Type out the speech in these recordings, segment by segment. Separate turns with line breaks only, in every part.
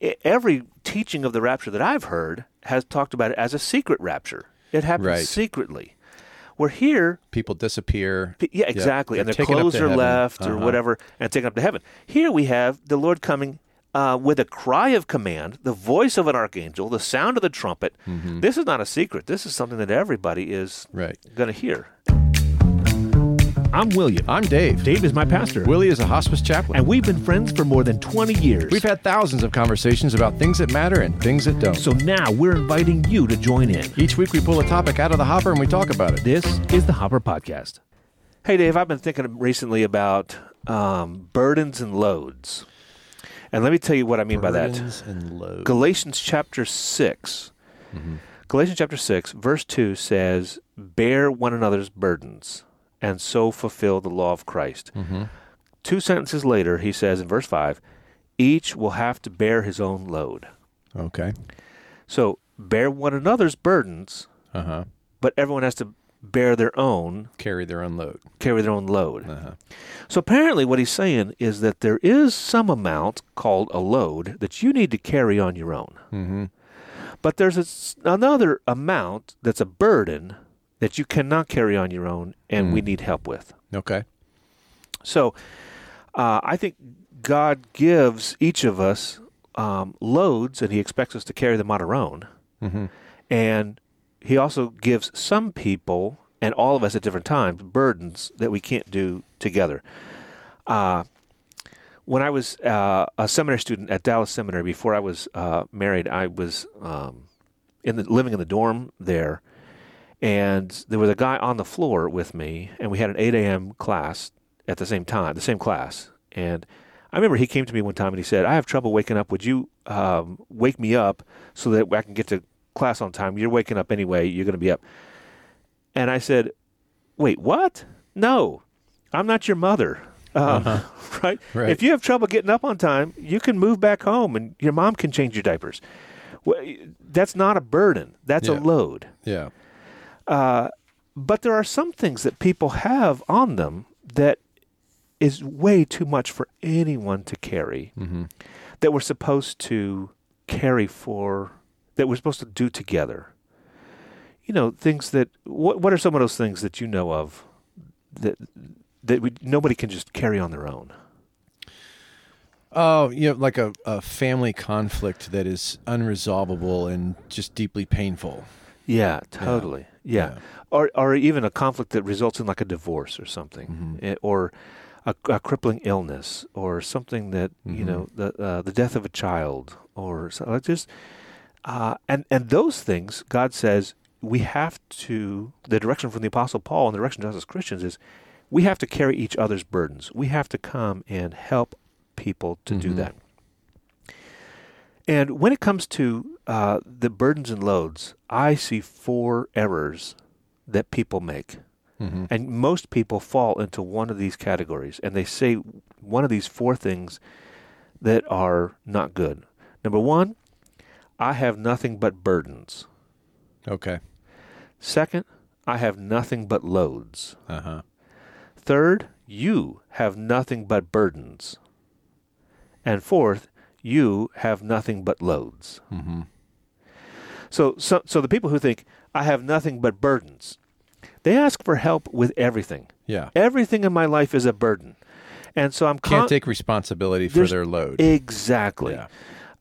e- every teaching of the rapture that I've heard has talked about it as a secret rapture. It happens
Right.
secretly. We're here
People disappear.
P- Yeah, exactly. and
they're
their
taken up
clothes
to
are
heaven.
left or
Uh-huh.
whatever and taken up to heaven. Here we have the Lord coming uh, with a cry of command, the voice of an archangel, the sound of the trumpet. This is not a secret. This is something that everybody is
Mm-hmm. Right.
going to hear. I'm William.
I'm Dave.
Dave is my pastor.
Willie is a hospice chaplain.
And we've been friends for more than 20 years.
We've had thousands of conversations about things that matter and things that don't.
so now we're inviting you to join in.
Each week we pull a topic out of the hopper and we talk about it.
This is the Hopper Podcast. Hey, Dave, I've been thinking recently about um, burdens and loads. And let me tell you what I mean by that.
Burdens and loads.
Galatians chapter 6. Mm-hmm. Galatians chapter 6, verse 2 says, Bear one another's burdens and so fulfill the law of Christ. Two sentences later, he says in verse 5, Each will have to bear his own load.
Okay.
So, bear one another's burdens,
Uh
Uh-huh.
huh.
but everyone has to bear their own
Carry their own load.
carry their own load.
Uh-huh.
So apparently, what he's saying is that there is some amount called a load that you need to carry on your own.
Mm-hmm.
But there's a s another amount that's a burden that you cannot carry on your own, and
Mm.
we need help with.
Okay.
So uh, I think God gives each of us um, loads, and He expects us to carry them on our own.
Mm-hmm.
And He also gives some people and all of us at different times burdens that we can't do together. Uh, when I was uh, a seminary student at Dallas Seminary before I was uh, married, I was um, in the, living in the dorm there, and there was a guy on the floor with me, and we had an 8 a.m. class at the same time, the same class. And I remember he came to me one time and he said, "I have trouble waking up. Would you um, wake me up so that I can get to class on time? You're waking up anyway. You're going to be up." And I said, "Wait, what? No, I'm not your mother." Um, right?
Uh-huh. Right.
If you have trouble getting up on time, you can move back home, and your mom can change your diapers. Well, that's not a burden. That's a
Yeah.
load.
Yeah.
Uh, But there are some things that people have on them that is way too much for anyone to carry that we're supposed to carry for, that we're supposed to do together. You know, things that, what, what are some of those things that you know of that, that we, nobody can just carry on their own?
Oh, you know, like a, a family conflict that is unresolvable and just deeply painful.
Yeah, totally. Yeah.
Yeah.
Or, or even a conflict that results in like a divorce or something, eh, or a, a crippling illness, or something that you know the uh, the death of a child, or so, like just uh, and and those things, God says we have to. The direction from the Apostle Paul and the direction to us as Christians is we have to carry each other's burdens. We have to come and help people to do that. And when it comes to uh, the burdens and loads, I see four errors that people make.
Mm-hmm.
And most people fall into one of these categories, and they say one of these four things that are not good. Number one, I have nothing but burdens.
Okay.
Second, I have nothing but loads.
Uh huh.
Third, you have nothing but burdens. And fourth, you have nothing but loads. Mm-hmm. So, so, so the people who think, I have nothing but burdens, they ask for help with everything.
Yeah.
Everything in my life is a burden. And so I'm
Can't
con-
take responsibility for
There's-
their load.
Exactly.
Yeah.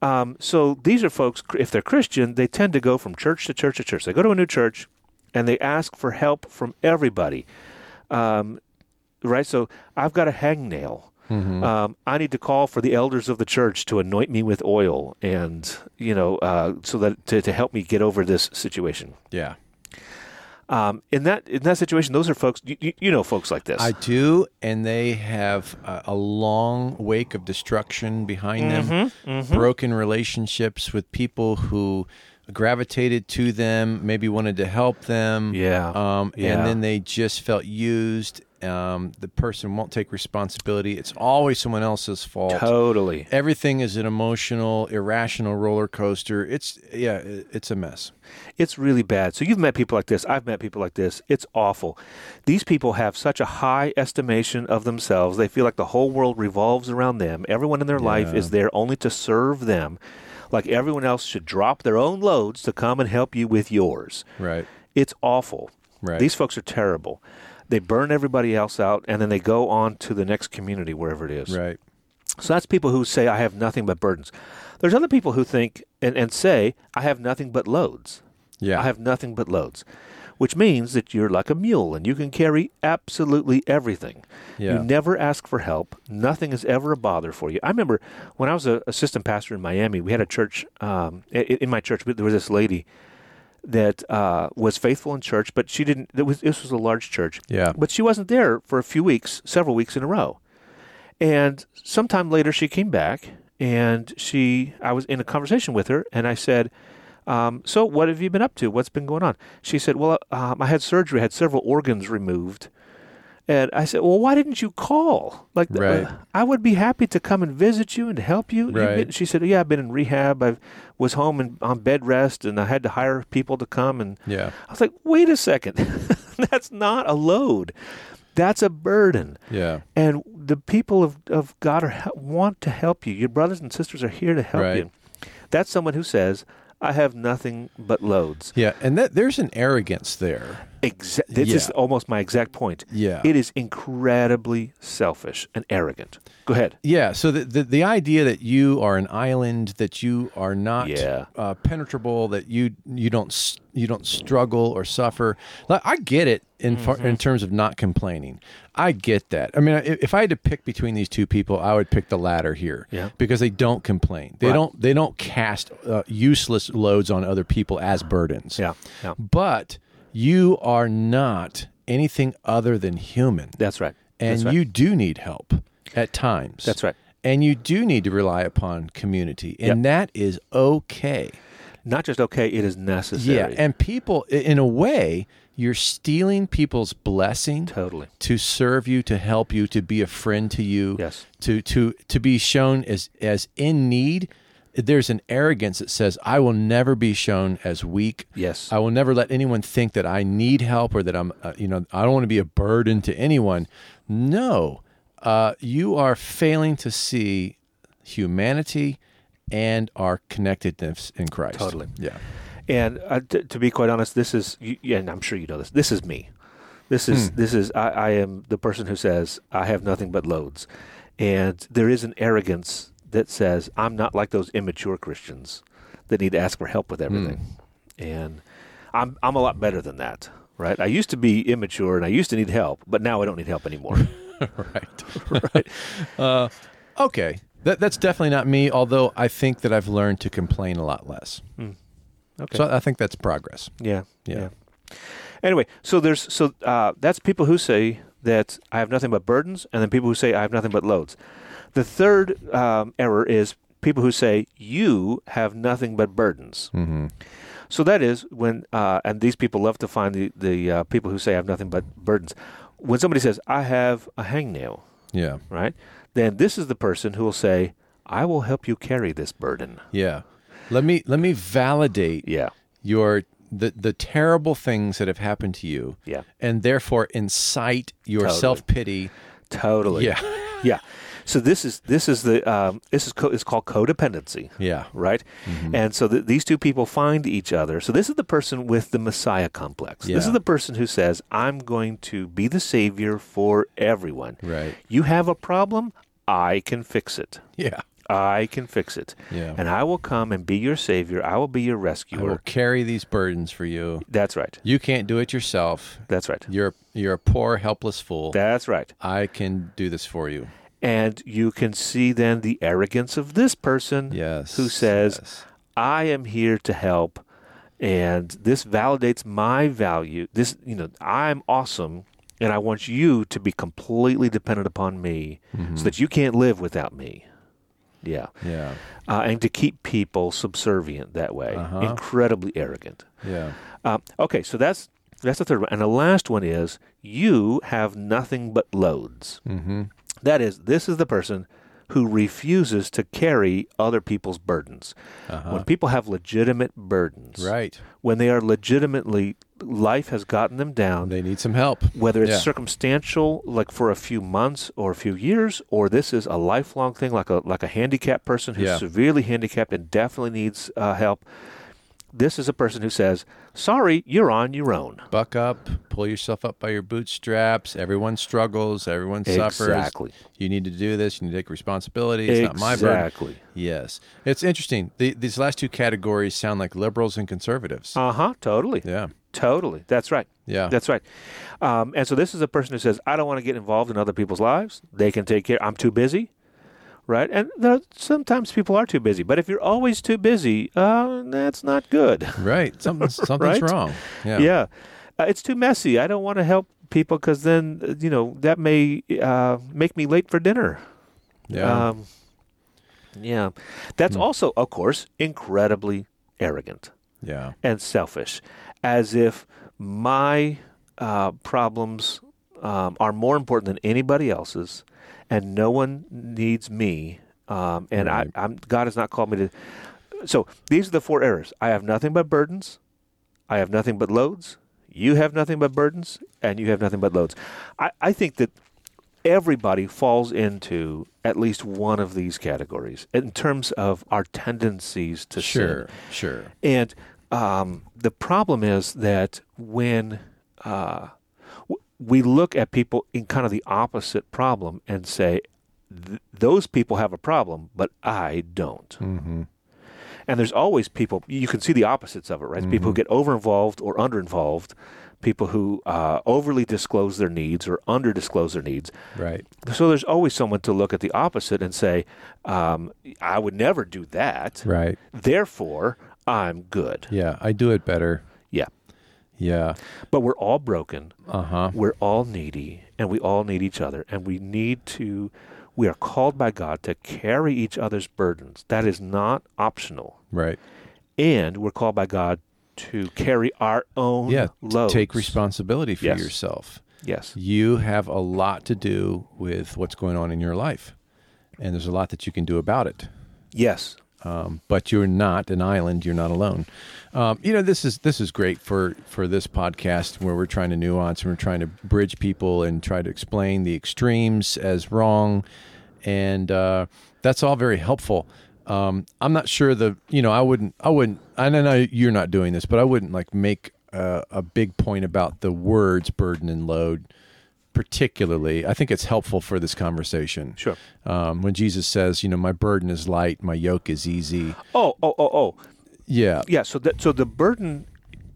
Um, so these are folks, cr- if they're Christian, they tend to go from church to church to church. They go to a new church and they ask for help from everybody. Um, right? So I've got a hangnail.
Mm-hmm.
Um, I need to call for the elders of the church to anoint me with oil and, you know, uh, so that to, to help me get over this situation.
yeah.
Um, in that in that situation, those are folks, you, you, you know, folks like this.
I do, and they have a, a long wake of destruction behind them,
Mm-hmm,
broken relationships with people who gravitated to them, maybe wanted to help them.
Yeah.
Um,
Yeah.
And then they just felt used. Um, the person won't take responsibility. It's always someone else's fault.
totally.
Everything is an emotional, irrational roller coaster. It's, yeah, it- it's a mess.
It's really bad. So you've met people like this. I've met people like this. It's awful. These people have such a high estimation of themselves. They feel like the whole world revolves around them. Everyone in their life is there only to serve them. like everyone else should drop their own loads to come and help you with yours.
Right.
It's awful.
Right.
These folks are terrible. They burn everybody else out and then they go on to the next community, wherever it is.
Right.
So that's people who say, I have nothing but burdens. There's other people who think and, and say, I have nothing but loads.
Yeah.
I have nothing but loads, which means that you're like a mule and you can carry absolutely everything.
Yeah.
You never ask for help. Nothing is ever a bother for you. I remember when I was a assistant pastor in Miami, we had a church, um, i- i- in my church, but there was this lady that uh, was faithful in church, but she didn't, it was, this was a large church,
Yeah.
but she wasn't there for a few weeks, several weeks in a row. And sometime later, she came back, and she, I was in a conversation with her, and I said, um, "So, what have you been up to? What's been going on?" She said, "Well, um, I had surgery, I had several organs removed." And I said, "Well, why didn't you call? Like, uh,
Right.
I would be happy to come and visit you and help you." You've
Right.
been- she said, "Yeah, I've been in rehab. I was home and on bed rest, and I had to hire people to come and
Yeah.
I was like, wait a second. That's not a load. That's a burden.
Yeah.
And the people of, of God are, hel- want to help you. Your brothers and sisters are here to help
Right.
you. That's someone who says, I have nothing but loads.
Yeah. And that there's an arrogance there.
Exa- this is
Yeah.
almost my exact point.
Yeah.
It is incredibly selfish and arrogant. Go ahead.
Yeah, so the, the the idea that you are an island, that you are not
Yeah.
uh, penetrable, that you you don't s- you don't struggle or suffer. Like, I get it in far,
Mm-hmm.
in terms of not complaining. I get that. I mean, i- if I had to pick between these two people, I would pick the latter here
Yeah.
because they don't complain. They don't they don't cast uh, useless loads on other people as burdens.
Yeah. yeah.
but you are not anything other than human
That's right.
and
That's right.
you do need help at times.
That's right.
And you do need to rely upon community, and that is okay.
Not just okay, it is necessary.
and people, i- in a way, you're stealing people's blessing
totally.
to serve you, to help you, to be a friend to you,
Yes.
to to to be shown as as in need. There's an arrogance that says, "I will never be shown as weak.
Yes.
I will never let anyone think that I need help or that I'm, uh, you know, I don't want to be a burden to anyone." No, uh, you are failing to see humanity and our connectedness in Christ.
Totally.
Yeah.
And uh, t- to be quite honest, this is, you, yeah, and I'm sure you know this. This is me. This is this is I, I am the person who says I have nothing but loads, and there is an arrogance that says I'm not like those immature Christians that need to ask for help with everything, and I'm I'm a lot better than that. Right? I used to be immature and I used to need help, but now I don't need help anymore.
right. right. Uh, okay. That, that's definitely not me, although I think that I've learned to complain a lot less.
Hmm. Okay.
So I think that's progress.
Yeah.
Yeah.
Anyway, so there's so uh, that's people who say that I have nothing but burdens, and then people who say I have nothing but loads. The third um, error is people who say you have nothing but burdens.
Mm-hmm.
So that is when, uh, and these people love to find the the uh, people who say I have nothing but burdens. When somebody says I have a hangnail,
Yeah.
right? Then this is the person who will say I will help you carry this burden.
Yeah. Let me let me validate
Yeah.
your the the terrible things that have happened to you.
Yeah.
And therefore incite your
Totally.
self-pity.
Totally.
Yeah.
yeah. So this is this is the um, this is co- it's called codependency,
Yeah.
right?
Mm-hmm.
And so th- these two people find each other. So this is the person with the Messiah complex. This
Yeah.
is the person who says, "I'm going to be the savior for everyone.
Right.
You have a problem, I can fix it.
Yeah.
I can fix it,
Yeah.
and I will come and be your savior. I will be your
I
rescuer.
will carry these burdens for you.
That's right.
You can't do it yourself.
That's right.
You're you're a poor, helpless fool.
That's right."
I can do this for you.
And you can see then the arrogance of this person
Yes.
who says,
yes.
I am here to help, and this validates my value. This, you know, I'm awesome, and I want you to be completely dependent upon me, so that you can't live without me. Yeah,
Yeah.
uh, and to keep people subservient that way,
Uh-huh.
incredibly arrogant.
Yeah.
Um, okay, so that's that's the third one, and the last one is you have nothing but loads.
Mm-hmm.
That is, this is the person who refuses to carry other people's burdens. When people have legitimate burdens,
Uh-huh. Right.
when they are legitimately, life has gotten them down,
They need some help.
whether it's
Yeah.
circumstantial, like for a few months or a few years, or this is a lifelong thing, like a like a handicapped person who's
Yeah.
severely handicapped and definitely needs uh, help. This is a person who says, "Sorry, you're on your own."
Buck up, pull yourself up by your bootstraps. Everyone struggles, everyone
Exactly.
suffers. You need to do this, you need to take responsibility. It's not my burden.
Exactly.
Yes. It's interesting. The, these last two categories sound like liberals and conservatives.
Uh huh. Totally.
yeah.
Totally. That's right.
Yeah.
That's right. Um, and so this is a person who says, I don't want to get involved in other people's lives. They can take care. I'm too busy. Right. And there, sometimes people are too busy. But if you're always too busy, uh, that's not good.
right. Something's, something's
Right?
wrong. Yeah.
Yeah. Uh, it's too messy. I don't want to help people because then, uh, you know, that may uh, make me late for dinner.
Yeah. Hmm.
Um, yeah. That's also, of course, incredibly arrogant
yeah.
and selfish, as if my uh, problems um, are more important than anybody else's, and no one needs me. Um, and I, I'm, God has not called me to. So these are the four errors. I have nothing but burdens. I have nothing but loads. You have nothing but burdens, and you have nothing but loads. I, I think that everybody falls into at least one of these categories in terms of our tendencies to sin.
Sure. Sure.
And um, the problem is that when uh, w- we look at people in kind of the opposite problem and say, "Th- those people have a problem, but I don't.
Mm-hmm.
And there's always people, you can see the opposites of it, right? People who
Mm-hmm.
get over involved or under involved, people who uh, overly disclose their needs or under disclose their needs.
Right.
So there's always someone to look at the opposite and say, um, I would never do that.
Right.
Therefore, I'm good.
Yeah. I do it better.
Yeah.
Yeah.
But we're all broken.
Uh huh.
We're all needy, and we all need each other. And we need to, we are called by God to carry each other's burdens. That is not optional.
Right.
And we're called by God to carry our own
Yeah.
loads.
Take responsibility for
Yes.
yourself.
Yes.
you have a lot to do with what's going on in your life, and there's a lot that you can do about it.
Yes.
Um, but you're not an island; you're not alone. Um, you know this is this is great for for this podcast where we're trying to nuance and we're trying to bridge people and try to explain the extremes as wrong, and uh, that's all very helpful. Um, I'm not sure the you know I wouldn't I wouldn't I know you're not doing this, but I wouldn't like make a, a big point about the words burden and load particularly i think it's helpful for this conversation
Sure.
um, when jesus says you know my burden is light my yoke is easy
Oh, oh, oh, oh.
yeah
Yeah. So that, so the burden,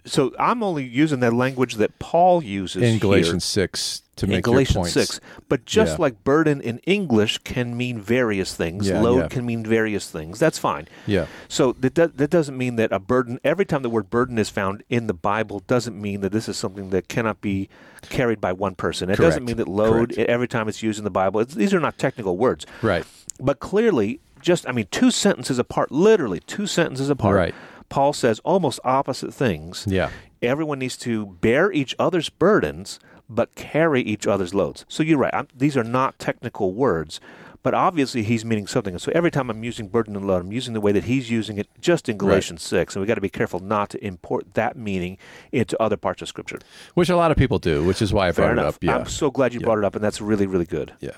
so I'm only using that language that Paul uses
in
here.
galatians 6 to
in
make your
Galatians
points.
six. But just
Yeah.
like burden in English can mean various things,
Yeah,
load
yeah.
can mean various things. That's fine.
Yeah.
So that do- that doesn't mean that a burden. Every time the word burden is found in the Bible, doesn't mean that this is something that cannot be carried by one person. It doesn't mean
Correct.
that load every time it's used in the Bible. It's, these are not technical words,
right
but clearly, just I mean, two sentences apart, literally two sentences apart.
Right.
Paul says almost opposite things.
yeah
Everyone needs to bear each other's burdens, but carry each other's loads. So you're right. I'm, these are not technical words, but obviously he's meaning something. So every time I'm using burden and load, I'm using the way that he's using it just in Galatians 6. And we got to be careful not to import that meaning into other parts of Scripture.
which a lot of people do which is why i
Fair
brought
enough.
it up yeah
I'm so glad you brought it up, and that's really, really good.
yeah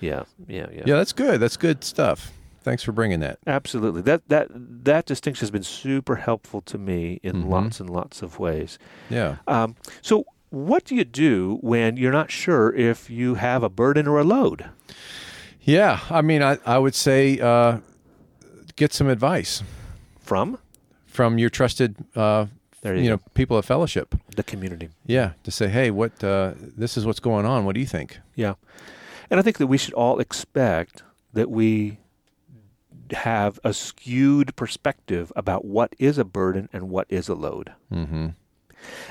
Yeah, yeah, yeah.
yeah that's good that's good stuff thanks for bringing that
Absolutely. That that that distinction has been super helpful to me in lots and lots of ways.
yeah
Um, so, what do you do when you're not sure if you have a burden or a load?
yeah i mean i, I would say uh, get some advice
From
from your trusted uh,
There you
you know people of fellowship
the community.
yeah to say hey what uh, this is what's going on what do you think
Yeah. And I think that we should all expect that we have a skewed perspective about what is a burden and what is a load.
mm-hmm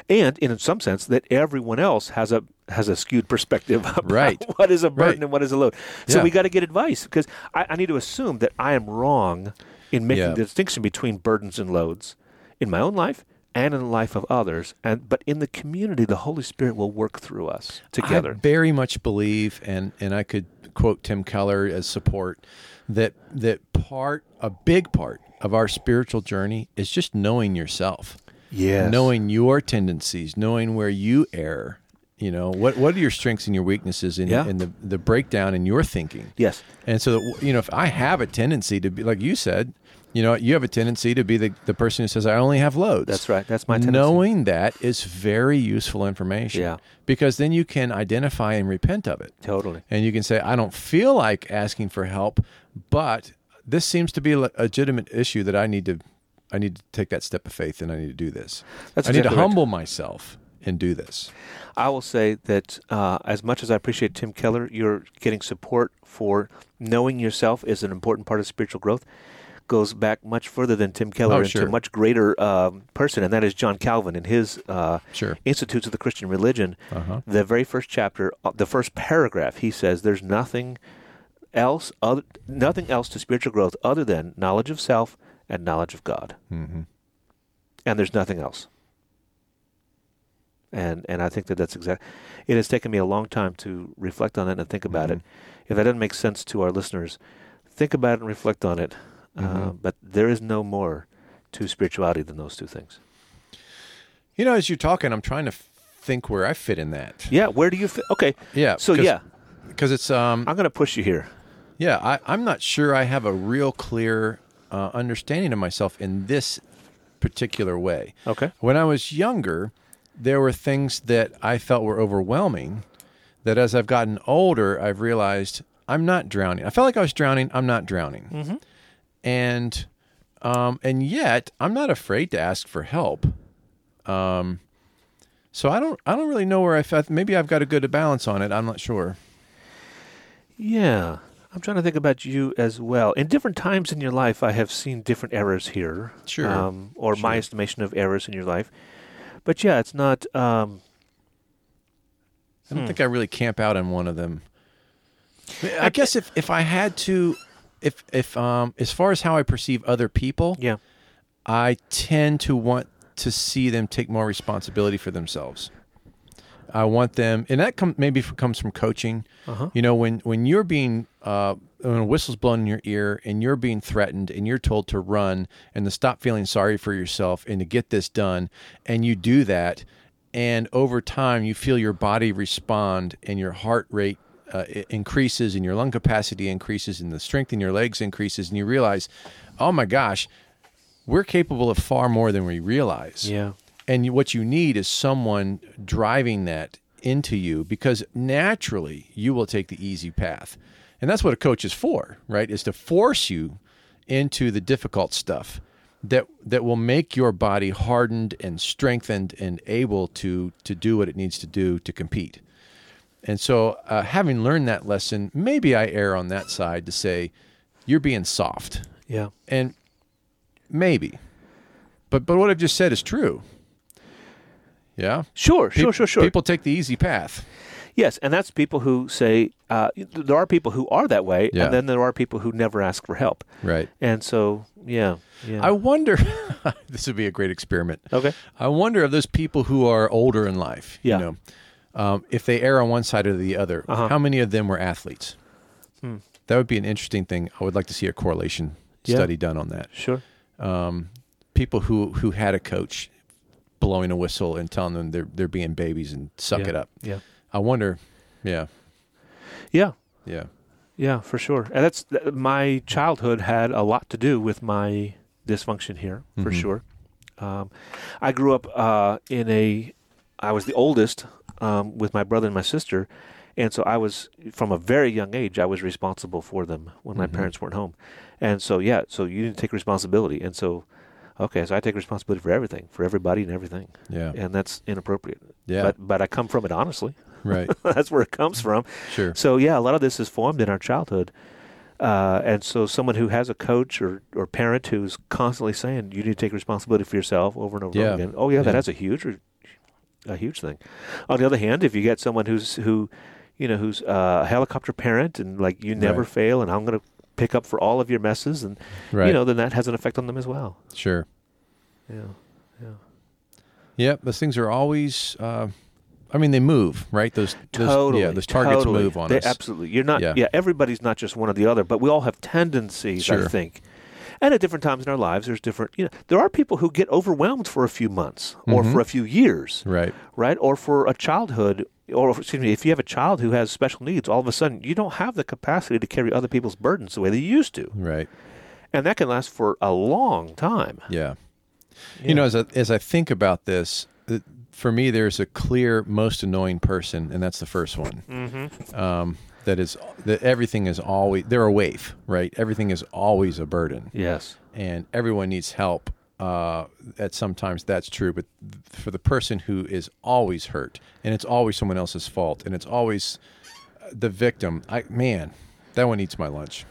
And in some sense that everyone else has a has a skewed perspective about
Right.
what is a burden
Right.
and what is a load. So
Yeah.
we got to get advice because I, I need to assume that I am wrong in making
Yeah.
the distinction between burdens and loads in my own life and in the life of others. And but in the community, the Holy Spirit will work through us
I
together.
very much believe, and and I could quote Tim Keller as support that that part, a big part of our spiritual journey is just knowing yourself,
Yes.
knowing your tendencies, knowing where you err. You know what what are your strengths and your weaknesses, and,
Yeah.
and the the breakdown in your thinking.
Yes.
And so, that, you know, if I have a tendency to be, like you said, you know, you have a tendency to be the, the person who says, I only have loads.
That's right. That's my tendency.
Knowing that is very useful information.
Yeah.
Because then you can identify and repent of it.
Totally.
And you can say, I don't feel like asking for help, but this seems to be a legitimate issue that I need to. I need to take that step of faith, and I need to do this.
That's
I need to
exactly right.
humble myself and do this.
I will say that uh, as much as I appreciate Tim Keller, you're getting support for knowing yourself is an important part of spiritual growth. Goes back much further than Tim Keller
Oh,
into
sure.
a much greater um, person, and that is John Calvin in his uh,
Sure.
Institutes of the Christian Religion.
Uh-huh.
The very first chapter, uh, the first paragraph, he says, "There's nothing else, other, nothing else to spiritual growth other than knowledge of self and knowledge of God."
hmm
and there's nothing else. And and I think that that's exact. It has taken me a long time to reflect on it and think about it.
Mm-hmm.
If that doesn't make sense to our listeners, think about it and reflect on it.
Mm-hmm.
Uh, but there is no more to spirituality than those two things.
You know, as you're talking, I'm trying to f- think where I fit in that.
Yeah. Where do you fit? Okay.
Yeah.
So
'cause-
yeah,
because it's um,
I'm going to push you here.
Yeah, I, I'm not sure I have a real clear uh, understanding of myself in this particular way.
Okay.
When I was younger, there were things that I felt were overwhelming that as I've gotten older, I've realized I'm not drowning. I felt like I was drowning. I'm not drowning.
Mm-hmm.
And um, and yet I'm not afraid to ask for help. Um, so I don't I don't really know where I felt. Maybe I've got a good balance on it. I'm not sure.
Yeah. I'm trying to think about you as well. In different times in your life, I have seen different errors here.
Sure.
Um, or my estimation of errors in your life. But yeah, it's not. Um,
I don't think I really camp out on one of them. I, guess if, if I had to, if if um as far as how I perceive other people,
yeah.
I tend to want to see them take more responsibility for themselmes. I want them, and that come, maybe f- comes from coaching.
Uh-huh.
You know, when when you're being uh, when a whistle's blown in your ear, and you're being threatened, and you're told to run, and to stop feeling sorry for yourself, and to get this done, and you do that, and over time you feel your body respond, and your heart rate uh, i- increases, and your lung capacity increases, and the strength in your legs increases, and you realize, oh my gosh, we're capable of far more than we realize.
Yeah.
And you- what you need is someone driving that into you because naturally you will take the easy path. And that's what a coach is for, right? Is to force you into the difficult stuff that that will make your body hardened and strengthened and able to to do what it needs to do to compete. And so, uh, having learned that lesson, maybe I err on that side to say you're being soft.
Yeah.
And maybe. But but what I've just said is true. Yeah.
Sure,
Peop-
sure, sure, sure.
People take the easy path.
yes, and that's people who say uh, th- there are people who are that way,
Yeah.
and then there are people who never ask for help.
Right.
And so, yeah, yeah.
I wonder this would be a great experiment.
okay.
I wonder of those people who are older in life,
Yeah. Uh-huh.
you know, um, if they err on one side or the other, how many of them were athletes? That would be an interesting thing. I would like to see a correlation
Hmm. Yeah.
study done on that.
Sure.
people who who had a coach blowing a whistle and telling them they're they're being babies and suck
Yeah,
it up.
yeah.
I wonder. Yeah.
Yeah.
Yeah.
Yeah, for sure. And that's th- my childhood had a lot to do with my dysfunction here, for sure. Um, I grew up uh, in a, I was the oldest um, with my brother and my sister. And so I was, from a very young age, I was responsible for them when my parents weren't home. And so, yeah, so you didn't take responsibility. And so, okay, so I take responsibility for everything, for everybody and everything.
Yeah.
And that's inappropriate.
Yeah.
But, but I come from it honestly.
Right.
that's where it comes from.
Sure.
So yeah, a lot of this is formed in our childhood, uh, and so someone who has a coach or, or parent who's constantly saying you need to take responsibility for yourself over and over
Yeah.
again. Oh yeah, that
Yeah.
that's a huge, a huge thing. On the other hand, if you get someone who's who, you know, who's uh, a helicopter parent and like you never
Right.
fail, and I'm going to pick up for all of your messes, and
Right.
you know, then that has an effect on them as well.
Sure.
Yeah, yeah.
Yep, those things are always. Uh, I mean, they move, right? Those, those
totally.
yeah, those targets
totally.
move on
they,
us.
Absolutely. You're not.
Yeah.
Yeah. Everybody's not just one or the other, but we all have tendencies.
Sure.
I think. And at different times in our lives, there's different. You know, there are people who get overwhelmed for a few months or for a few years,
Mm-hmm. Right.
right? Or for a childhood, or excuse me, if you have a child who has special needs, all of a sudden you don't have the capacity to carry other people's burdens the way they used to,
Right.
and that can last for a long time.
Yeah. You know, as I, as I think about this, th- for me, there's a clear most annoying person, and that's the first one. Mm-hmm. Um, that is that everything is always they're a wave, right? Everything is always a burden,
Yes.
and everyone needs help. Uh, at sometimes that's true, but th- for the person who is always hurt, and it's always someone else's fault, and it's always uh, the victim. I man, that one eats my lunch.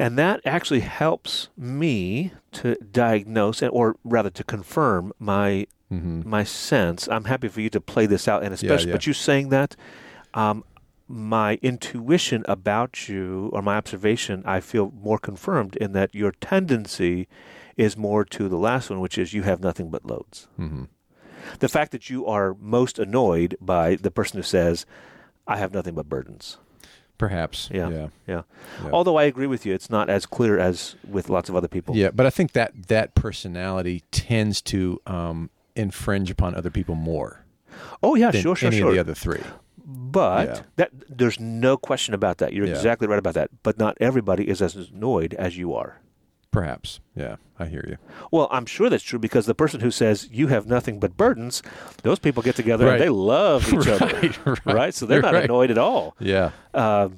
And that actually helps me to diagnose, or rather to confirm my my sense. I'm happy for you to play this out, and especially,
Mm-hmm. yeah.
but you saying that, um, my intuition about you or my observation, I feel more confirmed in that your tendency is more to the last one, which is you have nothing but loads.
Mm-hmm.
The fact that you are most annoyed by the person who says, "I have nothing but burdens."
Perhaps,
Yeah.
yeah.
Yeah.
Yeah.
Although I agree with you, it's not as clear as with lots of other people.
Yeah, but I think that that personality tends to um, infringe upon other people more
Oh yeah,
than
sure, sure,
any
sure.
of the other three.
but
Yeah.
that there's no question about that. You're
Yeah.
exactly right about that. But not everybody is as annoyed as you are.
Perhaps. Yeah, I hear you.
Well, I'm sure that's true because the person who says you have nothing but burdens, those people get together
Right.
and they love each other,
right.
right? So they're not
Right.
annoyed at all.
Yeah.
Um,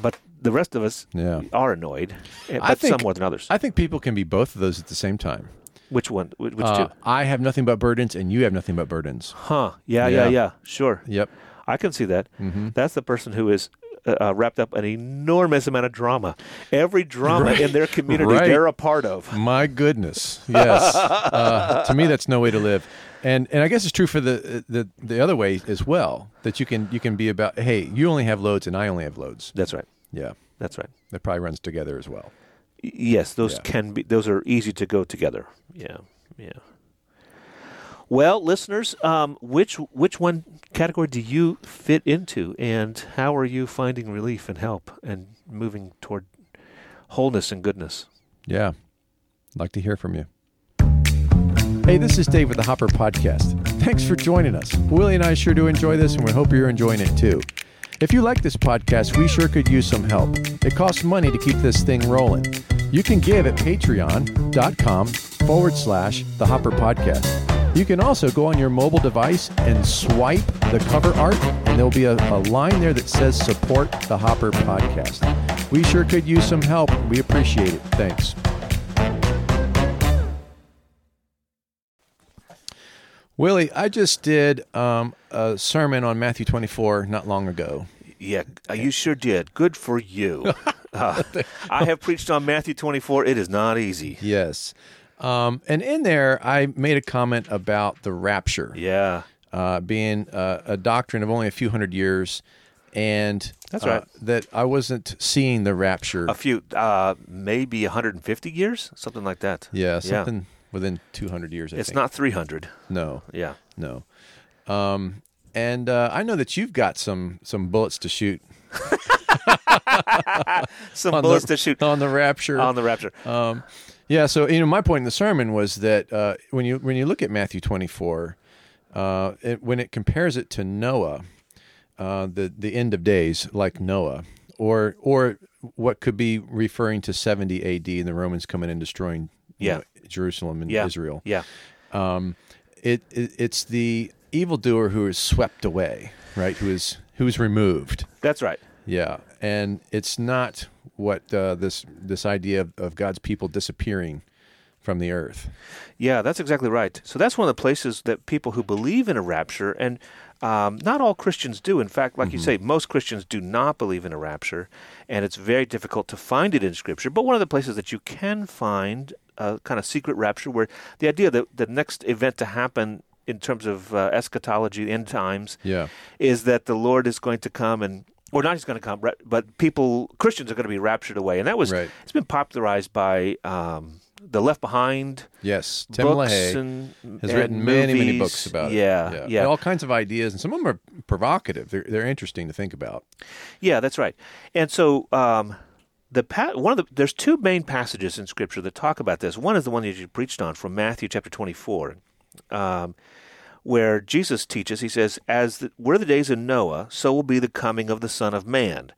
but the rest of us
Yeah.
are annoyed, eh,
I
but some
think-
more than others.
I think people can be both of those at the same time.
which one? Which, which
Uh,
two?
I have nothing but burdens, and you have nothing but burdens.
Huh? Yeah, yeah,
yeah.
yeah. Sure.
Yep.
I can see that.
Mm-hmm.
That's the person who is uh, uh, wrapped up in an enormous amount of drama. Every drama in their community
Right.
they're a part of.
My goodness. Yes. uh, to me, that's no way to live. And and I guess it's true for the, the the other way as well that you can you can be about hey you only have loads and I only have loads.
That's right.
Yeah,
That's right.
that probably runs together as well.
Y- Yes, those
Yeah.
can be. Those are easy to go together. Yeah, yeah. Well, listeners, um, which which one category do you fit into, and how are you finding relief and help and moving toward wholeness and goodness?
Yeah. Like to hear from you. Hey, this is Dave with the Hopper Podcast. Thanks for joining us. Willie and I sure do enjoy this, and we hope you're enjoying it too. If you like this podcast, we sure could use some help. It costs money to keep this thing rolling. You can give at patreon.com forward slash the Hopper Podcast. You can also go on your mobile device and swipe the cover art, and there'll be a, a line there that says support the Hopper Podcast. We sure could use some help. We appreciate it. Thanks. Willie, I just did um, a sermon on Matthew 24 not long ago.
Yeah, uh, you sure did. Good for you. Uh, I have preached on Matthew 24. It is not easy.
Yes. Um, and in there, I made a comment about the rapture
Yeah.
uh, being uh, a doctrine of only a few hundred years. And
That's
uh,
right.
that I wasn't seeing the rapture.
A few, uh, maybe 150 years, something like that.
yeah, something within 200 years, I
It's
think.
not 300.
No,
Yeah.
no. Um, and uh, I know that you've got some some bullets to shoot
Some
on
bullets
the,
to shoot
on the rapture.
on the rapture.
Um, yeah, so you know, my point in the sermon was that uh, when you when you look at Matthew 24, uh, it, when it compares it to Noah, uh, the the end of days, like Noah, or or what could be referring to 70 A.D. and the Romans coming and destroying you
Yeah.
know, Jerusalem and
yeah.
Israel.
Yeah.
It, it it's the evildoer who is swept away, right? Who is who is removed.
That's right.
Yeah, and it's not what uh, this this idea of, of God's people disappearing from the earth.
Yeah, that's exactly right. So that's one of the places that people who believe in a rapture, and um, not all Christians do. In fact,
Mm-hmm.
like you say, most Christians do not believe in a rapture, and it's very difficult to find it in Scripture. But one of the places that you can find a kind of secret rapture, where the idea that the next event to happen in terms of uh, eschatology, end times,
Yeah,
is that the Lord is going to come and or not he's going to come, ra- but people Christians are going to be raptured away, and that was
Right.
it's been popularized by um, the Left Behind
Yes, Tim
books
LaHaye
and
has
and
written many, many
movies.
books about
yeah,
it.
Yeah,
And all kinds of ideas, and some of them are provocative. They're they're interesting to think about.
Yeah, that's right. And so um, the pa- one of the there's two main passages in Scripture that talk about this. One is the one that you preached on from Matthew chapter 24, um, where Jesus teaches. He says, "As the, were the days of Noah, so will be the coming of the Son of Man."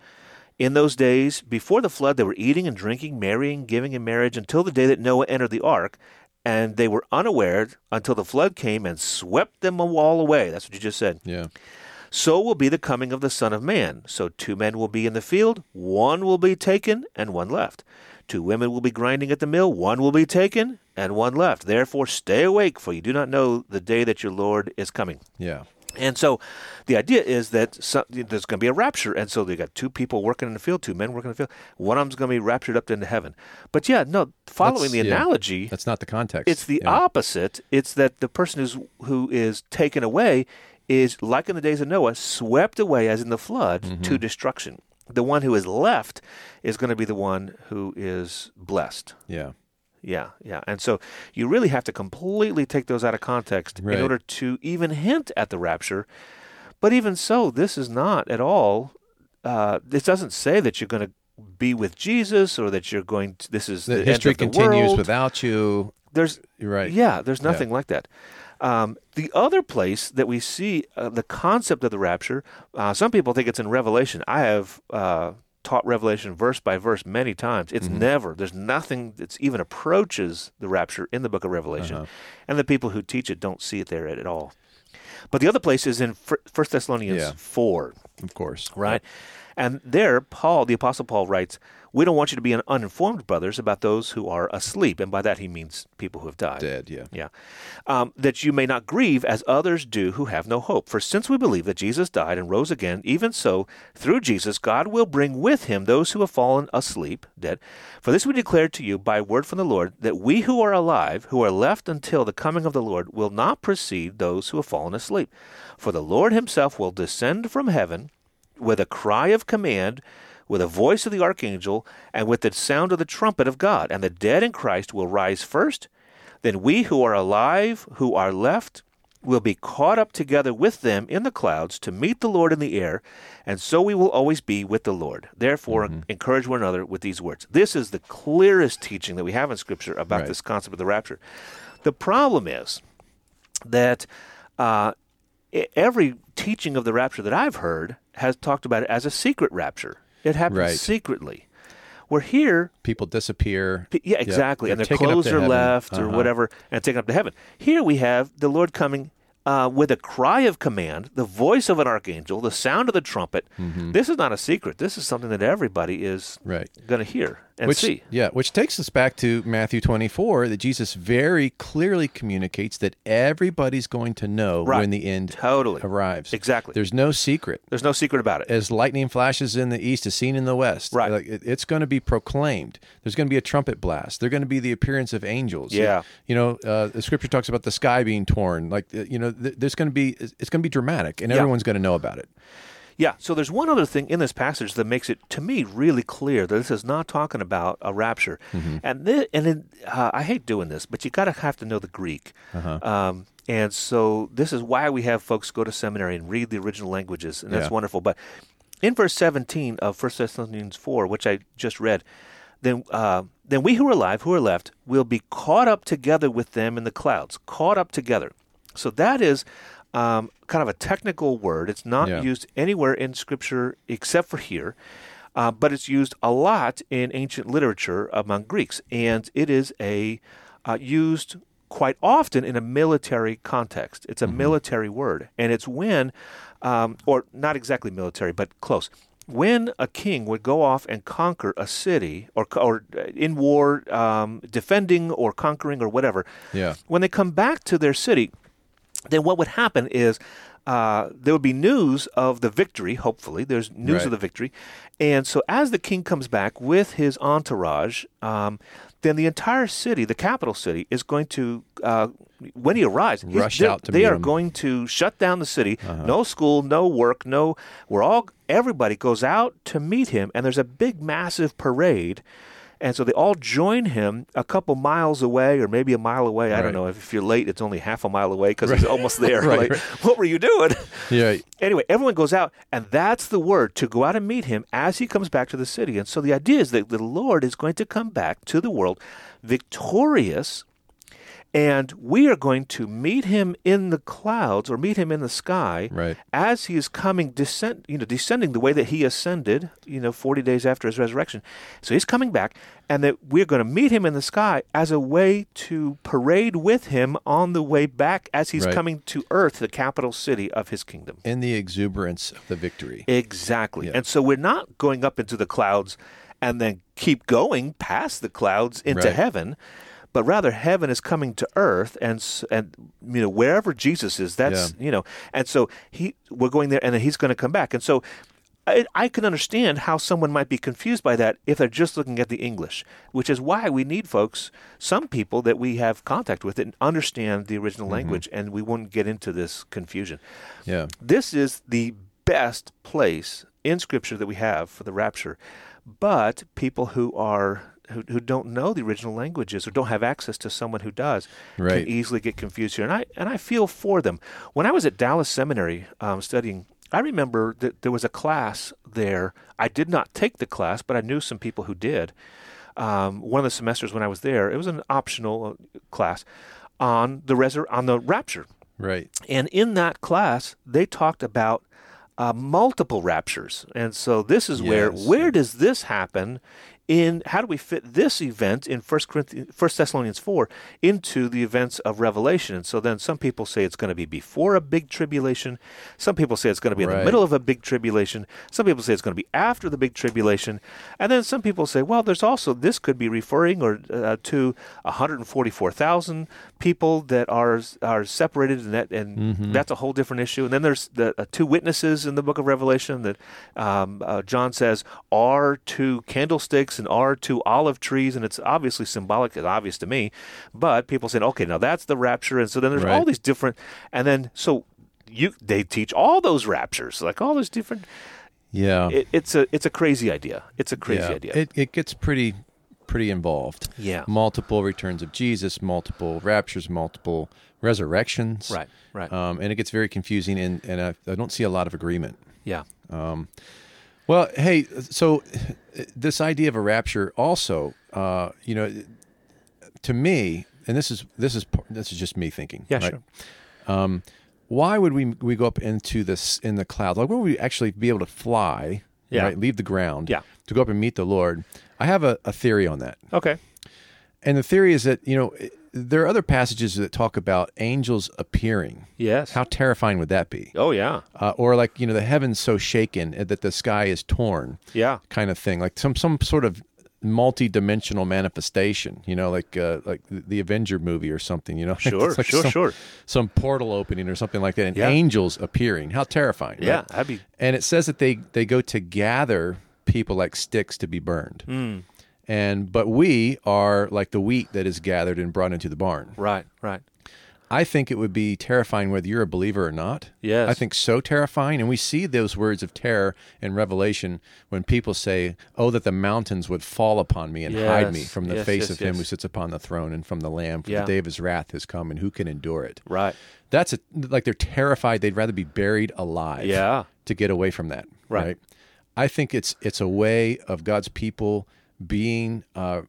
In those days, before the flood, they were eating and drinking, marrying, giving in marriage, until the day that Noah entered the ark, and they were unaware until the flood came and swept them all away. That's what you just said.
Yeah,
So will be the coming of the Son of Man. So two men will be in the field, one will be taken, and one left. Two women will be grinding at the mill, one will be taken, and one left. Therefore, stay awake, for you do not know the day that your Lord is coming.
yeah,
And so the idea is that some, there's going to be a rapture. And so they got two people working in the field, two men working in the field. One of them's going to be raptured up into heaven. But yeah, no, following
That's-
the
yeah.
analogy,
that's not the context.
it's the
yeah.
opposite. It's that the person who's, who is taken away is, like in the days of Noah, swept away as in the flood
Mm-hmm.
to destruction. The one who is left is going to be the one who is blessed.
Yeah,
Yeah, yeah. And so you really have to completely take those out of context
Right.
in order to even hint at the rapture. But even so, this is not at all. Uh, this doesn't say that you're going to be with Jesus or that you're going to. This is the,
the
end
history
of the
continues
world.
without you.
There's
You're right.
yeah, there's nothing like that. Um, the other place that we see uh, the concept of the rapture, uh, some people think it's in Revelation. I have uh, taught Revelation verse by verse many times.
Mm-hmm.
It's never, there's nothing that's even approaches the rapture in the book of Revelation.
Uh-huh.
And the people who teach it don't see it there at, at all. But the other place is in Fir- 1 Thessalonians
Yeah.
4
Of course.
right? And there, Paul, the Apostle Paul, writes, We don't want you to be uninformed, brothers, about those who are asleep. And by that, he means people who have died.
Dead. Yeah.
Yeah. Um, that you may not grieve as others do who have no hope. For since we believe that Jesus died and rose again, even so, through Jesus, God will bring with him those who have fallen asleep, dead. For this we declare to you by word from the Lord, that we who are alive, who are left until the coming of the Lord, will not precede those who have fallen asleep. For the Lord himself will descend from heaven with a cry of command, with a voice of the archangel, and with the sound of the trumpet of God. And the dead in Christ will rise first. Then we who are alive, who are left, will be caught up together with them in the clouds to meet the Lord in the air, and so we will always be with the Lord. Therefore, encourage one another with these words. This is the clearest teaching that we have in Scripture about
Right.
this concept of the rapture. The problem is that uh, e- every teaching of the rapture that I've heard has talked about it as a secret rapture. It happens
Right.
secretly. We're here,
People disappear.
P- yeah, exactly, and
They're
their
taken up
clothes
to
are
heaven.
left or
Uh-huh.
whatever, and taken up to heaven. Here we have the Lord coming uh, with a cry of command, the voice of an archangel, the sound of the trumpet. This is not a secret. This is something that everybody is
Mm-hmm. Right.
going to hear and
Which,
see.
Yeah, which takes us back to Matthew 24 that Jesus very clearly communicates that everybody's going to know
Right.
when the end
Totally,
arrives.
exactly.
There's no secret.
There's no secret about it.
As lightning flashes in the east is seen in the west.
Right.
Like, it- it's going to be proclaimed. There's going to be a trumpet blast. There's going to be the appearance of angels.
Yeah.
You know, uh, the scripture talks about the sky being torn. Like, uh, you know, th- there's going to be, it's going to be dramatic and
Yeah.
everyone's going to know about it.
Yeah, so there's one other thing in this passage that makes it, to me, really clear that this is not talking about a rapture.
Mm-hmm.
And thi- and in, uh, I hate doing this, but you got to have to know the Greek.
Uh-huh.
Um, and so this is why we have folks go to seminary and read the original languages, and that's
Yeah.
wonderful. But in verse 17 of 1 Thessalonians 4, which I just read, then, uh, then we who are alive, who are left, will be caught up together with them in the clouds, caught up together. So that is um, kind of a technical word. It's not
Yeah.
used used anywhere in Scripture except for here, uh, but it's used a lot in ancient literature among Greeks, and it is a uh, used quite often in a military context. It's a military word, and it's when, um, or not exactly military, but close. When a king would go off and conquer a city, or, co- or uh, in war, um, defending or conquering or whatever,
Yeah.
when they come back to their city, then what would happen is uh, there would be news of the victory, hopefully. There's news
Right.
of the victory. And so as the king comes back with his entourage, um, then the entire city, the capital city, is going to, uh, when he arrives, he's-
Rush
they're-
out to
they
meet
are
him.
going to shut down the city.
Uh-huh.
No school, no work, no. We're all, everybody goes out to meet him, and there's a big, massive parade. And so they all join him a couple miles away or maybe a mile away. I
Right.
don't know. If, if you're late, it's only half a mile away because he's almost there.
Right,
Like,
right.
what were you doing?
Yeah.
Anyway, everyone goes out, and that's the word to go out and meet him as he comes back to the city. And so the idea is that the Lord is going to come back to the world victorious, and we are going to meet him in the clouds or meet him in the sky
Right.
as he is coming descend, you know, descending the way that he ascended, you know, 40 days after his resurrection. So he's coming back and that we're going to meet him in the sky as a way to parade with him on the way back as he's
Right.
coming to earth, the capital city of his kingdom.
In the exuberance of the victory.
Exactly. And so we're not going up into the clouds and then keep going past the clouds into
Right.
heaven, but rather heaven is coming to earth and s- and you know wherever Jesus is, that's you know. And so he we're going there and then he's going to come back. And so I, I can understand how someone might be confused by that if they're just looking at the English, which is why we need folks, some people that we have contact with that understand the original language, and we won't get into this confusion
Yeah.
this is the best place in scripture that we have for the rapture but people who are who, who don't know the original languages or don't have access to someone who does
Right.
can easily get confused here and i and i feel for them when i was at dallas seminary um, studying i remember that there was a class there i did not take the class but i knew some people who did um, one of the semesters when i was there it was an optional uh, class on the resur- on the rapture
Right.
and in that class, they talked about uh, multiple raptures. And so this is where
Yes.
where does this happen? In how do we fit this event in First Corinthians, First Thessalonians four into the events of Revelation? And so then some people say it's going to be before a big tribulation. Some people say it's going to be in
Right.
the middle of a big tribulation. Some people say it's going to be after the big tribulation. And then some people say, well, there's also this could be referring or uh, to 144,000 people that are are separated, and that and that's a whole different issue. And then there's the uh, two witnesses in the Book of Revelation that um, uh, John says are two candlesticks and are two olive trees, and it's obviously symbolic. It's obvious to me, but people saying, okay, now that's the rapture, and so then there's all
Right.
these different, and then so you they teach all those raptures like all those different
Yeah.
it, it's a it's a crazy idea it's a crazy
yeah.
idea
It it gets pretty pretty involved.
Yeah.
Multiple returns of Jesus, multiple raptures, multiple resurrections.
Right, right.
Um, and it gets very confusing, and and I, I don't see a lot of agreement.
yeah
Well, hey, so this idea of a rapture also, uh, you know, to me, and this is this is this is just me thinking.
Yeah,
right?
sure.
Um, why would we we go up into this in the clouds? Like, would we actually be able to fly?
Yeah.
Right, leave the ground.
Yeah.
To go up and meet the Lord. I have a, a theory on that.
okay
And the theory is that, you know, there are other passages that talk about angels appearing.
yes
How terrifying would that be?
oh yeah
Uh, or like, you know, the heavens so shaken uh, that the sky is torn
yeah
kind of thing, like some some sort of multi-dimensional manifestation, you know, like uh, like the Avenger movie or something, you know.
Sure,
It's like
sure,
some,
sure.
Some portal opening or something like that, and
Yeah.
angels appearing. How terrifying! right?
Yeah, that'd be-
And it says that they they go to gather people like sticks to be burned.
Hmm.
And but we are like the wheat that is gathered and brought into the barn.
right right
I think it would be terrifying whether you're a believer or not.
Yes.
I think so terrifying. And we see those words of terror in Revelation when people say, Oh, that the mountains would fall upon me and hide me
Yes.
from the
Yes,
face
yes,
of him
yes.
who sits upon the throne and from the Lamb, for
Yeah.
the day of his wrath has come, and who can endure it?
right
That's a, like they're terrified. They'd rather be buried alive
Yeah.
to get away from that.
Right.
I think it's it's a way of God's people being uh,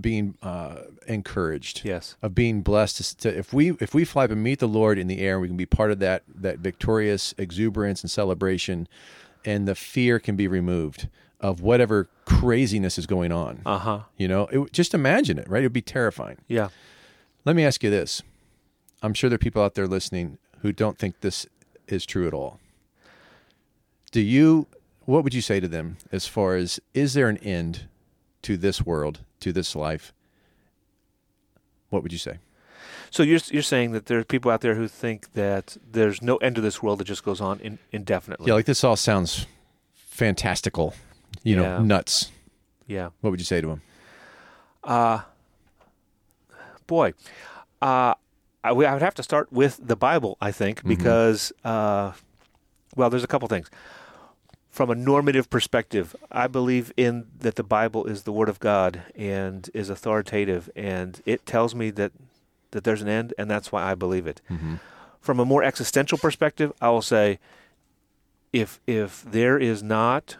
being uh, encouraged
Yes.
of being blessed to, to if we if we fly up and meet the Lord in the air, we can be part of that that victorious exuberance and celebration, and the fear can be removed of whatever craziness is going on.
Uh huh.
You know, it, just imagine it, right? It would be terrifying.
Yeah.
Let me ask you this: I'm sure there are people out there listening who don't think this is true at all. Do you? What would you say to them as far as is there an end to this world, to this life? What would you say?
So you're you're saying that there are people out there who think that there's no end to this world that just goes on in, indefinitely.
Yeah, like this all sounds fantastical, you know,
Yeah.
nuts.
Yeah.
What would you say to him?
Uh, Boy, uh, I, we- I would have to start with the Bible, I think, because uh, well, there's a couple things. from a normative perspective, I believe in that the Bible is the Word of God and is authoritative, and it tells me that that there's an end, and that's why I believe it. From a more existential perspective, I will say, if if there is not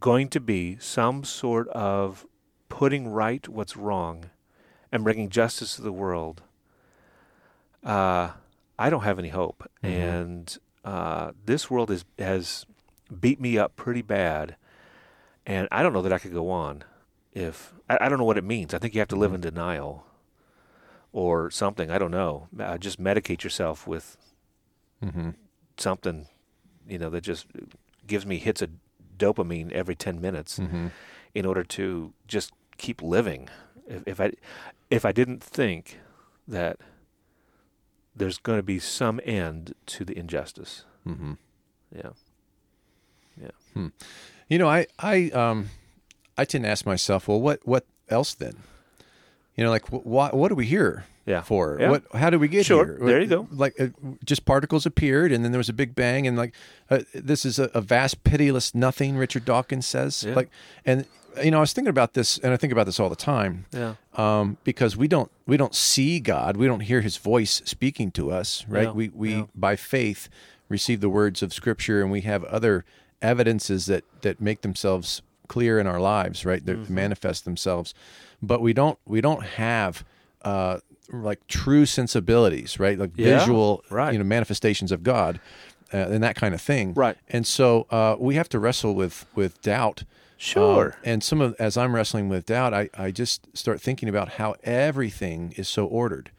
going to be some sort of putting right what's wrong and bringing justice to the world, uh, I don't have any hope. And uh, this world is, has beat me up pretty bad. And I don't know that I could go on if I, I don't know what it means. I think you have to live in denial or something. I don't know. Uh, just medicate yourself with
Mm-hmm.
something, you know, that just gives me hits of dopamine every 10 minutes
Mm-hmm.
in order to just keep living. If, if I if I didn't think that there's going to be some end to the injustice,
Mm-hmm.
yeah,
You know, I I um I tend to ask myself, well, what what else then? You know, like wh- why, what are we here
Yeah.
for?
Yeah.
What how did we get
Sure.
here?
There you go.
Like uh, just particles appeared, and then there was a big bang, and like uh, this is a, a vast, pitiless nothing. Richard Dawkins says,
Yeah.
like, and you know, I was thinking about this, and I think about this all the time
yeah,
um, because we don't we don't see God, we don't hear His voice speaking to us, right?
Yeah,
we we
yeah.
by faith receive the words of Scripture, and we have other evidences that that make themselves clear in our lives, right? That
Mm-hmm.
manifest themselves, but we don't we don't have uh, like true sensibilities, right? Like
Yeah,
visual,
right.
you know, manifestations of God. Uh, and that kind of thing,
Right.
And so uh, we have to wrestle with with doubt,
Sure.
um, and some of as I'm wrestling with doubt, I, I just start thinking about how everything is so ordered,